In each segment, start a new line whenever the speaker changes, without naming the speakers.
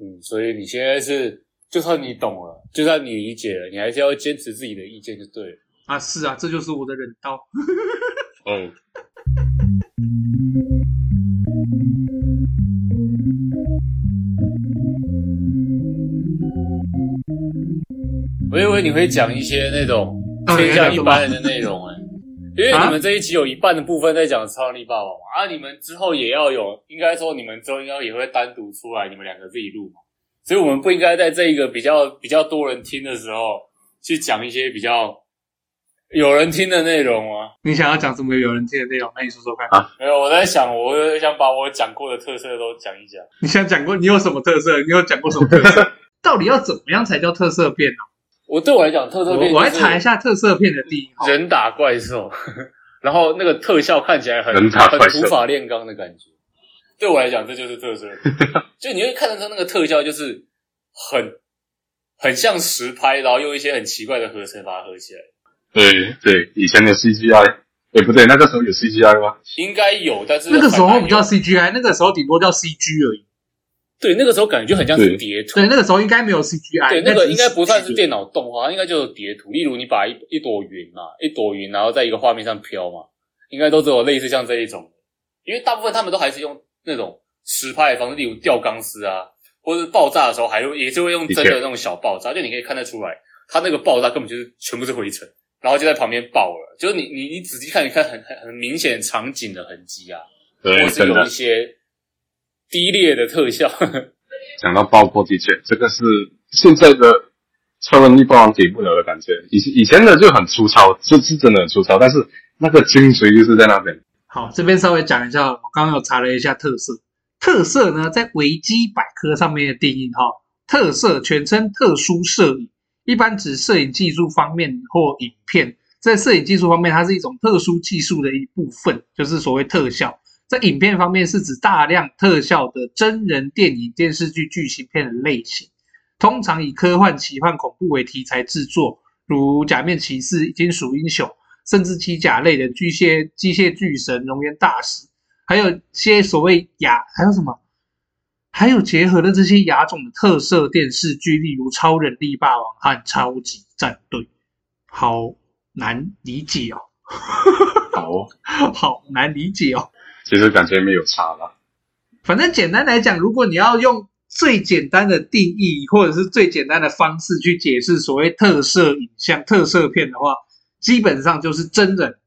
嗯，所以你现在是，就算你懂了，就算你理解了，你还是要坚持自己的意见就对了。
啊，是啊，这就是我的忍刀。
嗯，我以为你会讲一些那种
啊
偏向一般人
你
的内容哎、因为你们这一集有一半的部分在讲《超能力霸王》嘛，啊，你们之后也要有，应该说你们之后应该也会单独出来，你们两个自己录嘛，所以我们不应该在这一个比较比较多人听的时候去讲一些比较有人听的内容啊。
你想要讲什么有人听的内容？那你说说看。
没有，我在想，我会想把我讲过的特色都讲一讲。
你想讲过你有什么特色？你有讲过什么特色？ 到底要怎么样才叫特色片呢、
我对我来讲，特色片
我我来
就是
查一下特色片的定义。
人打怪兽， 然后那个特效看起来很
人打
很
怪兽
土法炼钢的感觉。对我来讲，这就是特色。 就你会看得出那个特效，就是很很像实拍，然后用一些很奇怪的合成把它合起来。
对对，以前的 CGI，哎不对，那个时候有 CGI 吗？
应该有，但是
那个时候
很难
不叫 CGI，那个时候顶多叫 CG 而已。
对那个时候感觉就很像是
对
叠图。
对，那个时候应该没有
哎
CGI。
对，那个
只
应该不算是
CG
电脑动画，应该就是叠图。例如你把一一朵云嘛，一朵云，然后在一个画面上飘嘛，应该都只有类似像这一种。因为大部分他们都还是用那种实拍的方式，例如吊钢丝啊，或者是爆炸的时候还会也是会用真的那种小爆炸，就你可以看得出来，它那个爆炸根本就是全部是灰尘，然后就在旁边爆了。就是你你你仔细看，你看很很很明显场景的痕迹啊，
对，
或是
真
有一
的。
些低劣的特效。
讲到爆破，的确，这个是现在的超能力霸王给不了的感觉。以以前的就很粗糙，这是真的很粗糙，但是那个精髓就是在那边。
好，这边稍微讲一下，我刚刚有查了一下特色。特色呢，在维基百科上面的定义哈，特色全称特殊摄影，一般指摄影技术方面或影片。在摄影技术方面，它是一种特殊技术的一部分，就是所谓特效。在影片方面，是指大量特效的真人电影、电视剧、剧情片的类型，通常以科幻、奇幻、恐怖为题材制作，如《假面骑士》《金属英雄》。甚至机甲类的巨蟹、机械巨神、熔岩大使，还有些所谓亚，还有什么？还有结合了这些亚种的特色电视剧，例如《超人力霸王》和《超级战队》，好难理解哦，
好哦，
好难理解哦。
其实感觉没有差了。
反正简单来讲，如果你要用最简单的定义或者是最简单的方式去解释所谓特色影像、特色片的话，基本上就是真人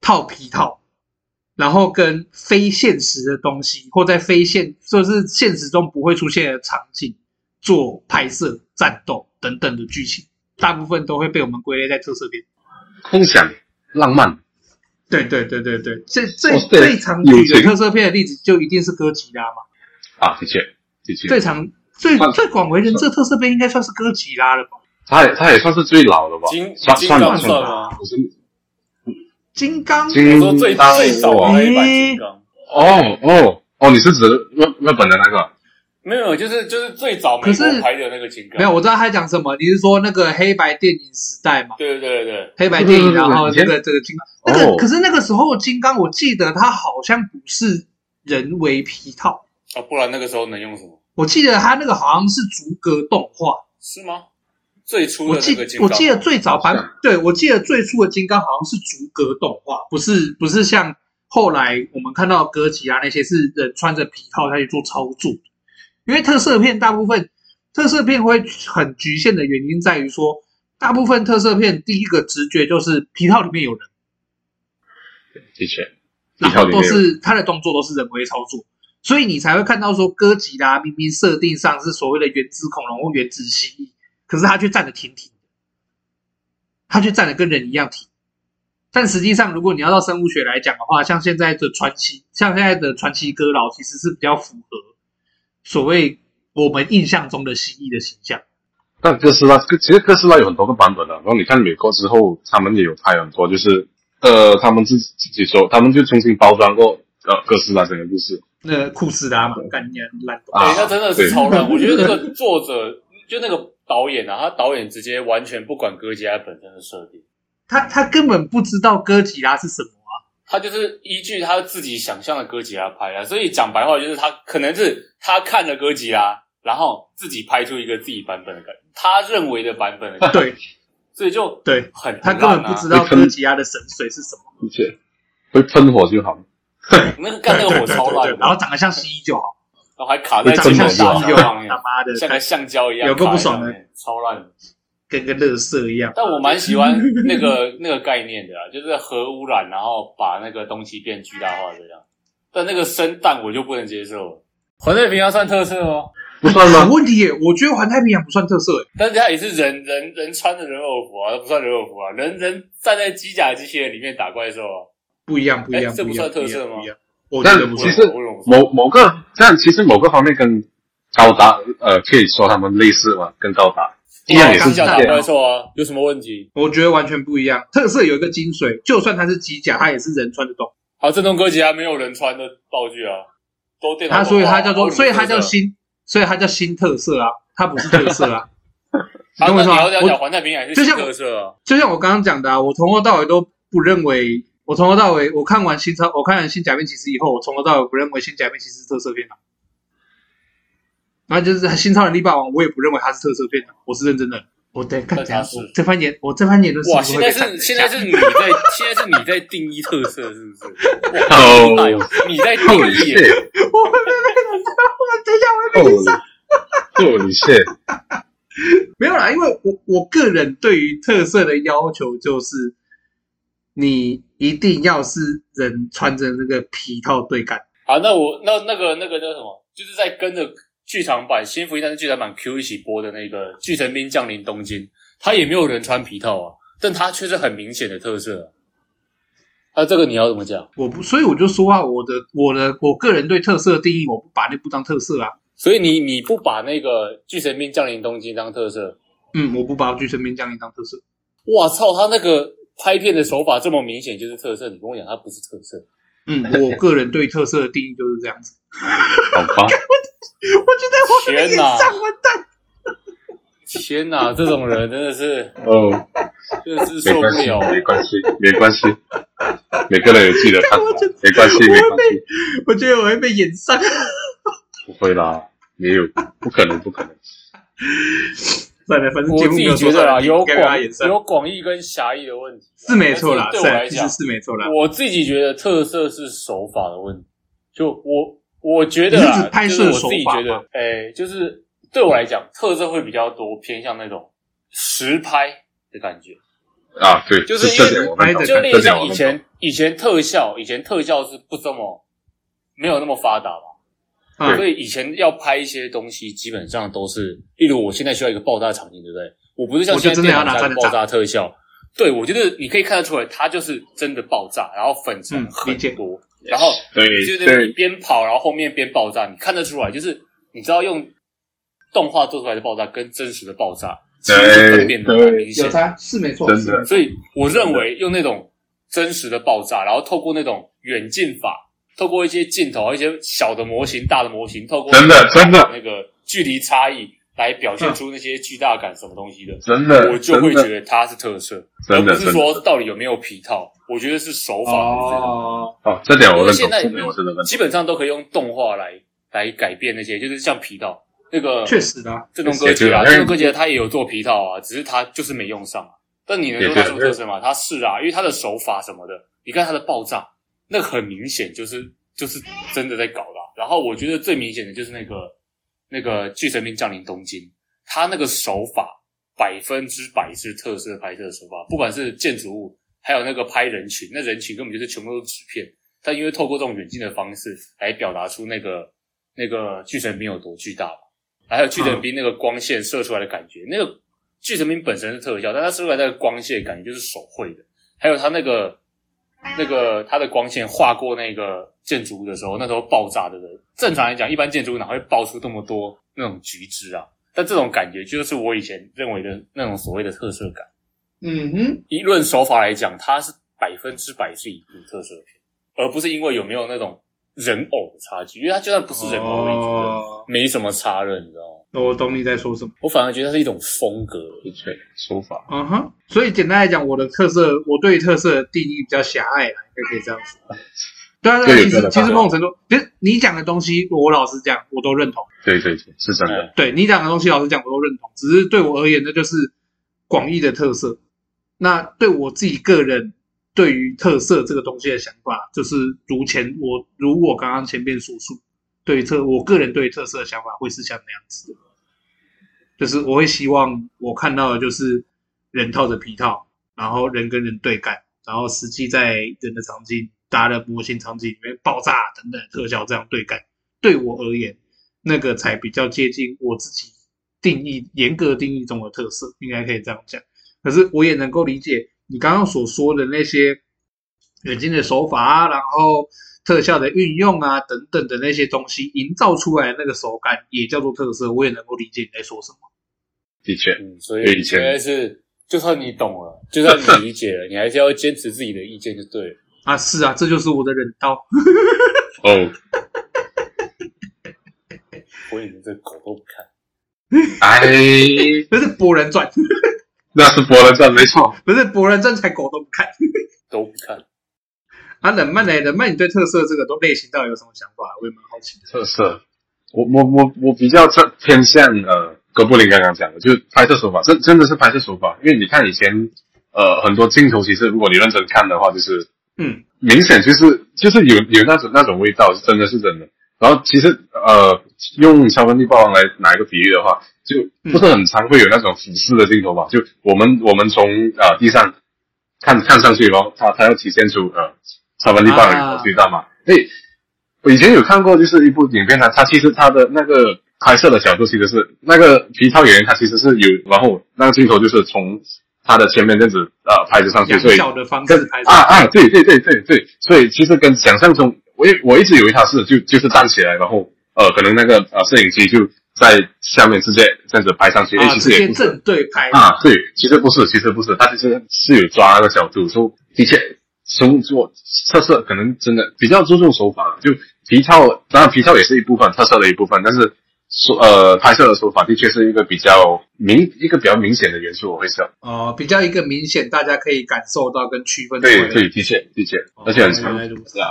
套皮套，然后跟非现实的东西或在非现就是现实中不会出现的场景做拍摄、战斗等等的剧情，大部分都会被我们归类在特色片。
空想、浪漫，
对对对对对，最最
哇塞
最常举
友
的
情
特色片的例子就一定是哥吉拉嘛。
啊，的确，的确，
最常最
算
最广为人知的特色片应该算是哥吉拉了吧？
他也他也算是最老的吧？
金
算
金
算吧，
刚
算
算
吧
吗？
我是
金刚
我
金
说最
刚
最早的
王
那一版金刚。
哦哦哦，你是指日日本的那个？
没有，就是就是最早美
可是
国拍的那个情歌，
没有，我知道他讲什么，你是说那个黑白电影时代嘛？
对对对对，
黑白电影，
对对对
然后这
对
个这个金刚，那个
哦
可是那个时候金刚，我记得他好像不是人为皮套，
啊，不然那个时候能用什么？
我记得他那个好像是逐格动画，
是吗？最初
我
的
记
那个金
我
刚，
记得最早版
好像，
对我记得最初的金刚好像是逐格动画，不是不是像后来我们看到的哥吉拉那些是人穿着皮套下去做操作的。因为特色片大部分特色片会很局限的原因在于说，大部分特色片第一个直觉就是皮套里面有人，
的确，
然
皮套
后
里
都
面有
是他的动作都是人为操作，所以你才会看到说哥吉拉明明设定上是所谓的原子恐龙或原子蜥蜴，可是他却站得挺挺的，他却站得跟人一样挺。但实际上，如果你要到生物学来讲的话，像现在的传奇，像现在的传奇哥老其实是比较符合所谓我们印象中的蜥蜴的形象。
但哥斯拉，其实哥斯拉有很多个版本的。然后你看美国之后，他们也有拍很多，就是呃，他们自己自己说，他们就重新包装过呃哥斯拉整个故事。
那、库斯拉嘛，干你啊烂狗
啊
哎对，那真的是
对
超烂。我觉得那个 作者就那个导演啊，他导演直接完全不管哥吉拉本身的设定，
他他根本不知道哥吉拉是什么啊！
他就是依据啊他自己想象的哥吉拉拍的。所以讲白话就是他可能是他看了哥吉拉，然后自己拍出一个自己版本的感觉，他认为的版本的感觉，
对
所以就
对，
很、很
他根本
烂啊
不知道哥吉拉的神髓是什么，
而且会喷火就好了。
那个干哎那个火超烂的，
对对对对
哎
对然后长得像蜥蜴就好，
然后还卡在
长得
金
像
门
蜥
大
蜴
桥
就
上
好，
面
啊
他，妈的，
啊像个橡胶一样，
有够不爽
的
的，
超烂的。
跟个乐色一样。
但我蛮喜欢那 个那个概念的啦，就是核污染，然后把那个东西变巨大化这样。但那个生蛋我就不能接受了。环太平洋算特色哦吗？
不算
好
吗？
问题耶，我觉得环太平洋不算特色哎耶，
但是它也是人人人穿的人偶服啊，它不算人偶服啊，人人站在机甲机器人里面打怪兽啊。
不一样，不一样，
哎这不
一
算
样，
特色吗
不一样？我觉得不
其
算
实
我容不
某某个这样，其实某个方面跟高达呃，可以说他们类似嘛，跟高达一样也
机
是
甲
这
高
打
达
怪
样。
兽啊，有什么问题？
我觉得完全不一样。特色有一个精髓，就算它是机甲，它也是人穿得动。
啊，震动哥吉拉没有人穿的道具啊，都电脑
它
动画
所以它叫
啊
做，所以它
都是
叫
特色
新，所以它叫新特色啊，它不是特色啊。你
啊，那
懂我意
你
思吗
要这样讲，
我
环太平洋也是
就
新
像
特色啊。
就像我刚刚讲的、啊，我从头到尾都不认为，我从头到尾我看完新超，我看完新假面骑士以后，我从头到尾不认为新假面骑士是特色片啊。然后就是新超人力霸王，我也不认为它是特色片啊，我是认真的。我对，看
那
怎样
它是
我这番言，我这番言论是
哇，
不是
现
会被
在
砍
是
成
现在
像
是你 在，现在是你在定义特色，是不是？哎呦
哦，
你在定
厚
义
一
耶，
些，
我会被被砍成我等一下我会被
厚
砍成
一些，
没有啦，因为我我个人对于特色的要求就是，你一定要是人穿着那个皮套对干。
好，那我那那个那个叫什么？就是在跟着剧场版《新福音战士》剧场版 Q 一起播的那个《巨神兵降临东京》，他也没有人穿皮套啊，但他却是很明显的特色啊。那、这个你要怎么讲？
我不，所以我就说啊，我的我的我个人对特色的定义，我不把那部当特色啊，
所以你你不把那个《巨神兵降临东京》当特色？
嗯，我不把巨神兵降临当特色，
哇操，他那个拍片的手法这么明显就是特色，你跟我讲他不是特色？
嗯，我个人对特色的定义就是这样子。
好吧，
我觉得我的
天
演
哪
上完蛋，
天哪，这种人真的是
哦，
真的是
没
受不
关系
了，。
没关系，没关系，每个人有自己的看法，没关系，没关系，
我觉得我会被演上。
不会啦，也有不可能，不可能。
算了，反正
我
节
自
目
己
没有
觉
说
得
到
啦，有
该被他
广
演上
有广义跟狭义的问题啊，
是没错啦，
但是对我来
是
讲
啊其实，是没错啦。
我自己觉得特色是手法的问题。就我我觉得
你是
啦
指，拍
就是
摄
我
手
自己
法
觉得
吗，
哎、就是对我来讲，特色会比较多偏向那种实拍的感觉。
啊，对，
就是因为
这点我们懂，
就类
这
似
点我
像以
们懂。
前以前特效，以前特效是不这么没有那么发达嘛，
嗯
所以以前要拍一些东西，基本上都是，例如我现在需要一个爆炸场景，对不对？我不是像
我
现
就
在
真的
电
要
脑
拿
在
炸弹
爆炸特效，对我觉得你可以看得出来，它就是真的爆炸，然后粉尘
嗯
很
理解
多，然后就
对
是你
对，
边跑，然后后面边爆炸，你看得出来，就是你知道用动画做出来的爆炸跟真实的爆炸，其实是分辨的
对
蛮明显
有
的。
差是没错，
真的
所以我认为用那种真实的爆炸，然后透过那种远近法，透过一些镜头、一些小的模型、大的模型，透过
真的真的
那个距离差异来表现出那些巨大感什么东西的，
真的，
我就会
真的
觉得它是特色，而
真
不
的
是
真
说
的
到底有没有皮套。我觉得是手法，
哦，
哦，这点
因
我认同，
为
这
现在
点我真的认同。
基本上都可以用动画来来改变那些，就是像皮套那个
确实的啊、
震动哥吉
也对
拉，
啊
震动哥吉拉他也有做皮套啊，只是他就是没用上啊。但你能说他是不是特色吗？他是啊，因为他的手法什么的，你看他的爆炸，那个很明显就是就是真的在搞的啊、然后我觉得最明显的就是那个那个《巨神兵降临东京》，他那个手法百分之百是特色拍摄手法，不管是建筑物，还有那个拍人群，那人群根本就是全部都是纸片，但因为透过这种远近的方式来表达出那个那个巨神兵有多巨大吧，还有巨神兵那个光线射出来的感觉，那个巨神兵本身是特效，但它射出来那个光线感觉就是手绘的，还有它那个那个它的光线划过那个建筑物的时候，那时候爆炸的人，正常来讲，一般建筑物哪会爆出这么多那种橘汁啊？但这种感觉就是我以前认为的那种所谓的特色感。
嗯哼，
以论手法来讲，它是百分之百是一部特色片，而不是因为有没有那种人偶的差距，因为它就算不是人偶，我也觉得
哦，
没什么差了，你知道吗？
我懂你在说什么。
我反而觉得它是一种风格。
的确，手法
嗯哼，所以简单来讲，我的特色，我对特色的定义比较狭隘啦，应该可以这样说。对啊，对啊，
对
其
真
实
的
其实
大
某种程度，其实你讲的东西，我老实讲，我都认同。
对对对，是真
哎嗯
的。
对你讲的东西，老实讲我都认同，只是对我而言，那就是广义的特色。那对我自己个人对于特色这个东西的想法，就是如前我如我刚刚前面所述，对于特我个人对于特色的想法会是像那样子的，就是我会希望我看到的就是人套着皮套，然后人跟人对干，然后实际在人的场景搭的模型场景里面爆炸等等特效这样对干，对我而言，那个才比较接近我自己定义严格定义中的特色，应该可以这样讲。可是我也能够理解你刚刚所说的那些远近的手法啊，然后特效的运用啊等等的那些东西，营造出来的那个手感也叫做特色。我也能够理解你在说什么。
的确，
嗯，所
对
以
以前
应该是，就算你懂了，就算你理解了，你还是要坚持自己的意见就对了。
啊，是啊，这就是我的忍刀。
哦，
我以为这狗都不看，
哎，
不是《博人传》，
那是博人传没错。
不是《博人传》才狗都不看
都不看。
啊！冷漫嘞，冷漫，你对特色这个都类型到底有什么想法？我也蛮好奇的。
特色，我我我我比较偏偏向呃，哥布林刚刚讲的，就是拍摄手法，真真的是拍摄手法，因为你看以前呃很多镜头，其实如果你认真看的话，就是
嗯
明显就是就是有有那种那种味道，是真的是真的。然后其实呃，用超能力霸王来拿一个比喻的话，就
嗯
不是很常会有那种俯视的镜头嘛？就我们我们从呃地上看看上去，然后它它要体现出呃超能力霸王
啊
的味道嘛？所以我以前有看过，就是一部影片，啊它它其实它的那个拍摄的角度其实是那个皮套演员他其实是有，然后那个镜头就是从他的前面这样子呃拍着上去，
养
所以
小的方
跟
式拍摄
啊，啊，对对对对对，所以其实跟想象中，我也我一直以为他是就就是站起来，然后呃，可能那个呃摄影机就在下面直接这样子拍上去，诶
啊，
其
直
实也
接
不是
正对拍
啊，对，其实不是，其实不是，他其实是有抓那个角度，所以的确从做特色可能真的比较注重手法，就皮套，当然皮套也是一部分特色的一部分，但是。说呃，拍摄的手法的确是一个比较明一个比较明显的元素，我会想，
哦，比较一个明显，大家可以感受到跟区分出来
对
的。
对，的确的确，
哦，
而且很
原
长
来，如此
是啊，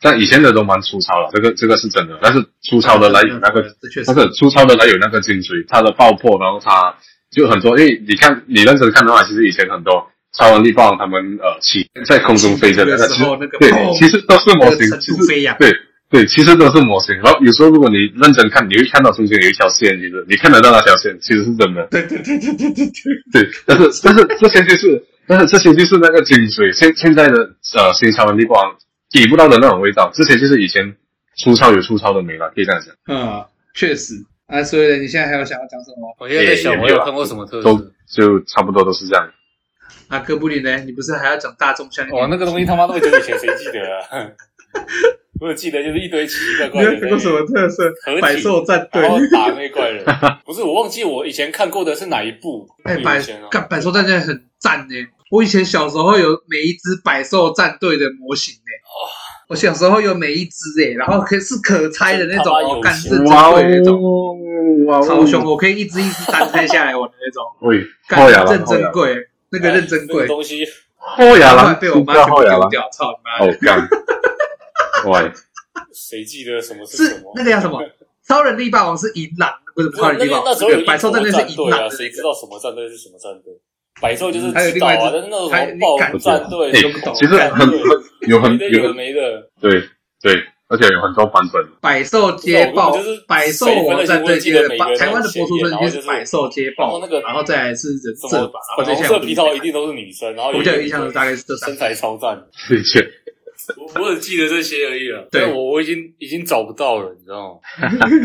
但以前的都蛮粗糙了，这个这个是真的。但是粗糙的来
嗯
有那个，，
这确实
但是粗糙的来有那个精髓，它的爆破，然后它就很多。因为你看，你认真看的话，其实以前很多超能力霸王他们呃起在空中飞着
的
的，那
时
其实
候那个
对，
砰
其实都是模型
那个，
其
程
实
度飞扬。
对对，其实都是模型。然后有时候如果你认真看，你会看到中间有一条线，其实你看得到那条线，其实是真的。
对对对对对对 对，
对，但是但是这些就是，但是这些就是那个精髓，现现在的呃新潮文地方抵不到的那种味道，这些就是以前粗糙有粗糙的美了，可以这样讲。
嗯，确实啊，所以你现在还有想要讲什么？
我现在在
也
想，
也
我
没有
有
啊
看过什么特色
都？就差不多都是这样。
啊，哥布林呢？你不是还要讲大众相
哇，那个东西他妈那么久以前，谁记得啊？我记得就是一堆奇奇怪
你
怪
有
的
看过什么特色
合？体
百兽战队
然。
哦
后打那怪人，不是我忘记我以前看过的是哪一部？
哎，
我
百
以前哦，
干百兽战队很赞呢。我以前小时候有每一只百兽战队的模型呢。我小时候有每一只哎，然后可是可拆的那
真他
种
妈有
哦，干
钱
认真
哇哦
对那种，
哇哦，
超凶，我可以一只一只单拆下来玩的 那种。
喂，后
干
牙了，
认
后牙
真
了，
贵，那个认真
哎那
贵，
东西
后牙
后
了
来，被我妈
知道
全部
后牙了
丢，掉，操你妈！
哦 干，喂，
谁记得什么什
是
么？
那个叫什么？超人力霸王是银狼，不是不是超
那
人力霸
个那
王，
时候
那
有
个百兽
战
战队是银
队
狼
啊，
的
谁知
那个。
道什么战队是什么战队？百兽就是
嗯还有
知
另
道
外一
啊，
只
但是那种
还
什么暴
敢
龙战队
哎
什么
其实很很有很
没的有
有
的
很
没的，
对对，而且有很多版本。
百兽街
不
爆
是我就是，
百兽王战队接
谁分得清我记得每
的
个
爆，
人
台湾的博出
都
村
有钱然
已经
后就是
百兽街
然后那
爆，
个
然后再来是人
什
设
么
吧，然
粉
后再
红
下
色皮套一定都是女生，然后
我比较有印象的大概是这三
身材超赞，
的确，
我我只记得这些而已了。
对
但我我已经已经找不到了，你知 道吗？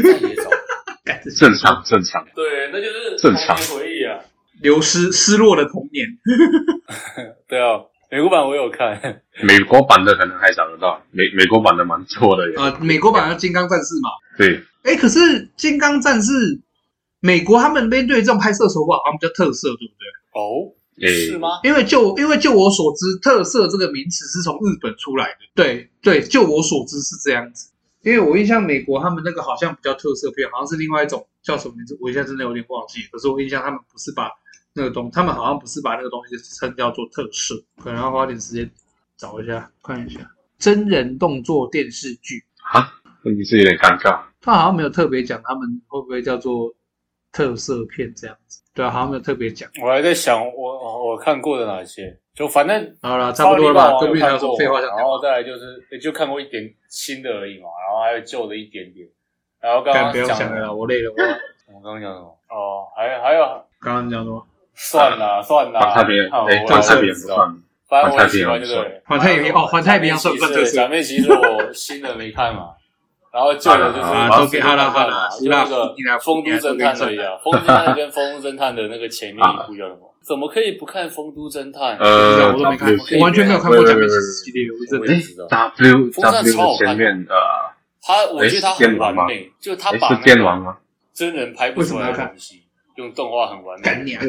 再也找不到
哎干这些
正常正常，
对，那就是
正常
童年回忆啊。
流失失落的童年。
对啊，美国版我有看，
美国版的可能还找得到，美美国版的蛮多的也。
啊，美国版的金刚战士嘛，
对，
哎，可是金刚战士，美国他们那边对这种拍摄手法好像比较特色，对不对？
哦，
哎
诶
是吗？
因为就因为就我所知，特色这个名词是从日本出来的。对对，就我所知是这样子。因为我印象美国他们那个好像比较特色片，好像是另外一种叫什么名字，我一下真的有点忘记。可是我印象他们不是把那个东，他们好像不是把那个东西称叫做特色，可能要花点时间找一下看一下。真人动作电视剧。
啊，问题是有点尴尬。
他好像没有特别讲他们会不会叫做特色片这样子，对啊，好像没有特别讲。
我还在想我我我看过的哪些，就反正
好了，差不多了吧？
超
这
力
边
霸
还
王有看
有什么
过
废话想
然
讲？
后再来就是也就看过一点新的而已嘛，然后还有旧的一点点。然后刚
干
刚
不用
讲
想了啦，哦我累了。我
我刚刚讲什么？哦，还还有
刚刚讲什么？
算了算了，
环太平洋，
好
哎，
我
环
我
太平
也
洋
知
不
道
算，
反正我很喜欢就是
环太平洋哦环太平洋算不算特色
假面骑士我新的没看嘛，然后旧的就是
啊
都给他啦好啦
就那个
你来
丰都侦探的一 样，丰都侦探跟丰都侦探的那个前面一部叫什么？怎么可以不看丰都侦探？
呃
我都没
W
看，我完全没有看过假面骑士系列，我真
我
的
也
哎
知道。
，W
风扇
W
超好
的
看
前面呃，
他我觉得他很
哎是电玩
完
吗
美，就他
哎
把
是电玩吗？
真人拍不出来的东西，用动画很完美。
干你啊！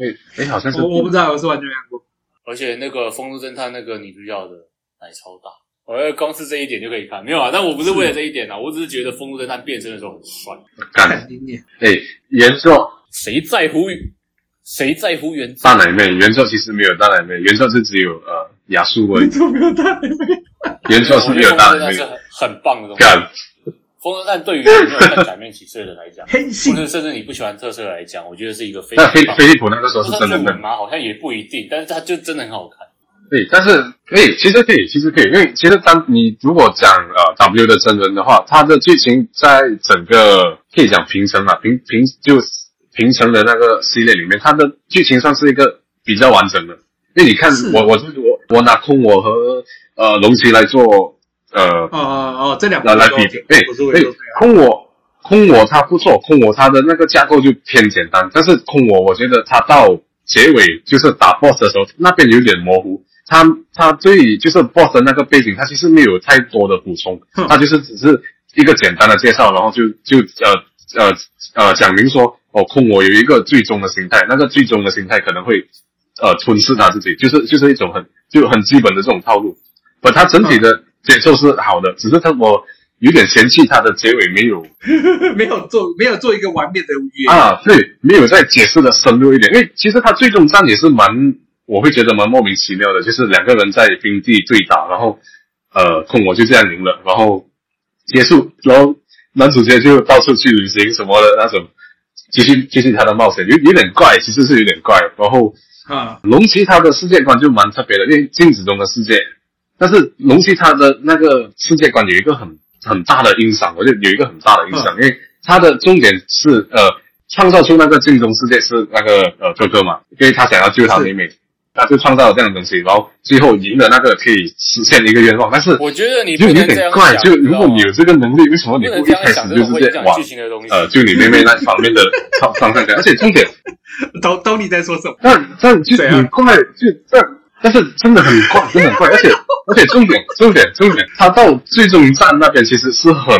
哎哎，好像是
我我不知道，我是完全没看过。
而且那个《风都侦探》那个女主角的奶超大，我觉得光是这一点就可以看。没有啊，但我不是为了这一点啊，我只是觉得《风都侦探》变身的时候很帅。
干
干你娘！
哎，原作
谁在乎谁在乎原作
大？奶妹，原作其实没有大奶妹，原作是只有呃 亚素而已，
怎么没有大奶妹？
原作是
我
没
觉
有
得《
大
风都侦
奶
探》
妹
是。很很棒的东西。《
干，
风都侦探》对于没有看假面骑士的人来讲，
黑
或
心
者甚至你不喜欢特色来讲，我觉得是一个非常
但菲
棒的。
菲利普那个时候是
算
真人
作
的
文，吗？好像也不一定，但是它就真的很好看。
对，但是可以，其实可以，其实可以，因为其实当你如果讲呃 W 的真人的话，它的剧情在整个可以讲平成啊，平平就平成的那个系列里面，它的剧情算是一个比较完整的。因为你看
是，
我我我我拿空我和呃龙骑来做呃
哦哦哦，这两部
来来
都
比，对
我是我
对
也都没看，
空我空我它不错，空我它的那个架构就偏简单，但是空我我觉得它到结尾就是打 boss 的时候，那边有点模糊。它它对就是 boss 的那个背景，它其实没有太多的补充
哼，
它就是只是一个简单的介绍，然后就就呃呃呃讲明说，哦，空我有一个最终的心态，那个最终的心态可能会呃吞噬他自己，就是就是一种很就很基本的这种套路。不，它整体的节奏是好的，只是它我有点嫌弃它的结尾没有
啊没有做没有做一个完美的约。
啊，对，没有再解释的深入一点。因为其实它最终战也是蛮，我会觉得蛮莫名其妙的，就是两个人在冰地对打，然后呃，空我就这样赢了，然后结束，然后男主角就到处去旅行什么的那种，继续继续他的冒险，有有点怪，其实是有点怪，然后。
啊，
龙骑他的世界观就蛮特别的，因为镜子中的世界，但是龙骑他的那个世界观有一个很很大的影响，我觉得有一个很大的影
嗯
响，因为他的重点是呃，创造出那个镜中世界是那个呃哥哥嘛，因为他想要救他妹妹，他就创造了这样的东西，然后最后赢了那个可以实现的一个愿望，但 是
我觉得你不
就有
能这
点
样
怪，
想，
就如果你
知道
有
吗
这个能力，为什么你
不能
不
这
一
样
开
想
始
这
就
种
直
会
接
影响
往
剧情的东西。
呃救你妹妹那方面的方方 向讲？而且重点
懂懂你在说什么？
但但就
怎样
很怪，就但但是真的很怪，真的很怪，而且而且重点重点重点，他到最终站那边其实是很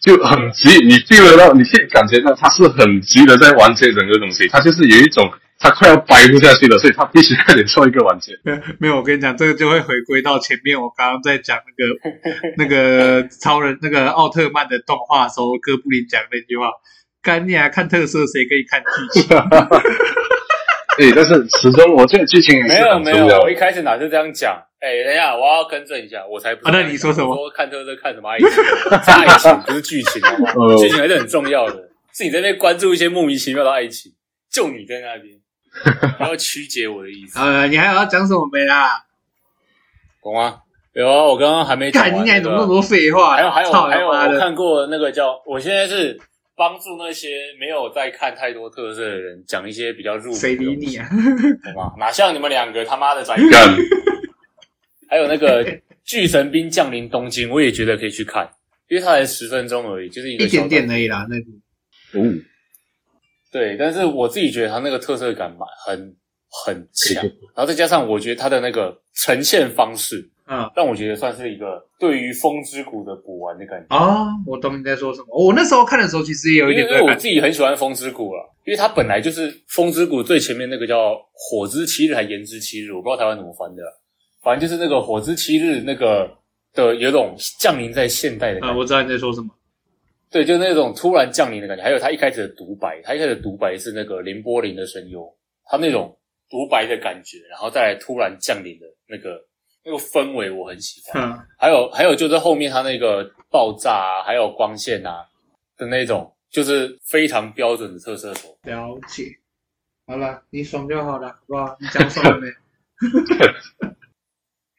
就很急，你 feel 得到，你可以感觉到他是很急的在完结整个东西，他就是有一种他快要掰不下去了，所以他必须快点做一个完结。
没有，我跟你讲，这个就会回归到前面我刚刚在讲那个那个超人那个奥特曼的动画的时候，哥布林讲那句话：“干你啊，看特色谁可以看剧情
对，但是始终我这个剧情还
没
是
有
很
没
重
有，
要
我一。开始哪是这样讲？哎、等一下，我要更正一下，我才不是
啊那
这样
你说什么
讲我说看特色看什么爱情？ 是爱情不是剧情，好不好？
哦
剧情还是很重要的，是你在那边关注一些莫名其妙的爱情，就你在那边，不要曲解我的意？” 思，
呃，你还有要讲什么没啦？
懂吗？有啊，我刚刚还没讲
干
完
你
那
娘，
个
怎么那么多废话？
还有还有
操
还有，
他妈
我
的
看过那个叫，我现在是帮助那些没有在看太多特色的人讲一些比较入门的
谁理
东西
你啊？
懂吗？哪像你们两个他妈的宅
干
还有那个《巨神兵降临东京》，我也觉得可以去看，因为它才十分钟而已，就是一个
一
小
点点
短
而已啦，那部
哦，
对，但是我自己觉得它那个特色感蛮很很强，然后再加上我觉得它的那个呈现方式，
嗯。
让我觉得算是一个对于《风之谷》的补完的感觉。
哦，我懂你在说什么。哦我那时候看的时候，其实也有一
因为
点
因
这
为
个
我
感觉。
自己很喜欢《风之谷》了，因为它本来就是《风之谷》最前面那个叫《火之七日》还《炎之七日》，我不知道台湾怎么翻的，啊反正就是那个《火之七日》那个的有种降临在现代的感
啊，
觉。
我知道你在说什么。
对，就那种突然降临的感觉。还有他一开始的独白，他一开始的独白是那个林波林的声优，他那种独白的感觉，然后再来突然降临的那个那个氛围我很喜欢。
嗯，
还有还有就是后面它那个爆炸啊，还有光线啊的那种，就是非常标准的特摄头。
了解。好了，你爽就好了，好不好？你讲爽 了没？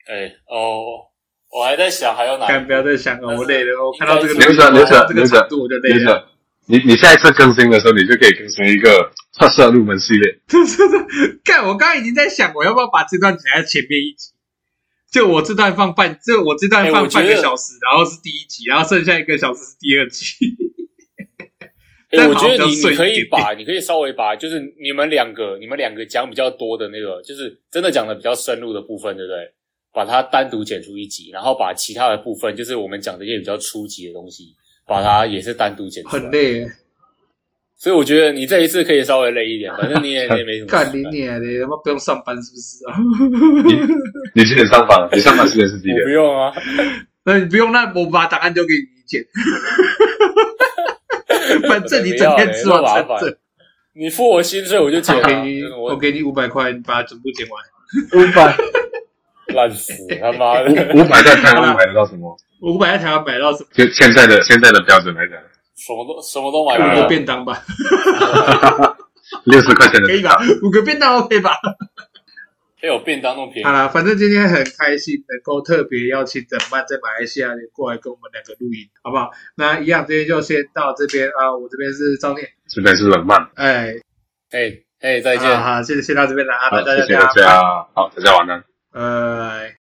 哎哦，我还在想还有哪
干，不要再想了，我累了。我看到这个
留着留着
这个程度我就累
接
了。
着，你你下一次更新的时候，你就可以更新一个特色入门系列。
干，我刚刚已经在想，我要不要把这段剪在前面一集？就我这段放半，就我这段
哎
放
我觉
半
得
个小时，然后是第一集，然后剩下一个小时是第二集。
哎、
但
我觉
好
得
像
你
比较
你可
碎一
以
点
把，你可以稍微把，就是你们两个，你们两个讲比较多的那个，就是真的讲的比较深入的部分，对不对？把它单独剪出一集，然后把其他的部分，就是我们讲的一些比较初级的东西，把它也是单独剪出来。
很累耶，
所以我觉得你这一次可以稍微累一点，反正你也你也没什么事。
干你娘的，他妈不用上班是不是啊？
你几点上班？你上班时间是几
我不
点？
用啊，
那你不用，那我把档案丢给你剪。反正你整天吃
不要嘞那么
完餐
麻烦
正，
你付我薪水我就剪
我
啊、
给你，
我
我给你五百块，你把它全部剪完。
五百，
烂死他妈的！
五百在台湾买得到什么？
我五百在台湾买到什么？
就现在的现在的标准来讲，
什么都什么都买
啊
不
五个
到，
便当吧，
六十块钱的
可以吧？五个便当 OK 吧？
还哎有便当那么便宜
好。啦，反正今天很开心，能够特别邀请整班在马来西亚的过来跟我们两个录音，好不好？那一样，今天就先到这边啊，我这边是赵念，
这边是冷漫。
哎，
哎哎，再见。
啊好，谢谢，先到这边了啊，
好，
那大家
谢谢大家，好，大家晚安。
拜拜。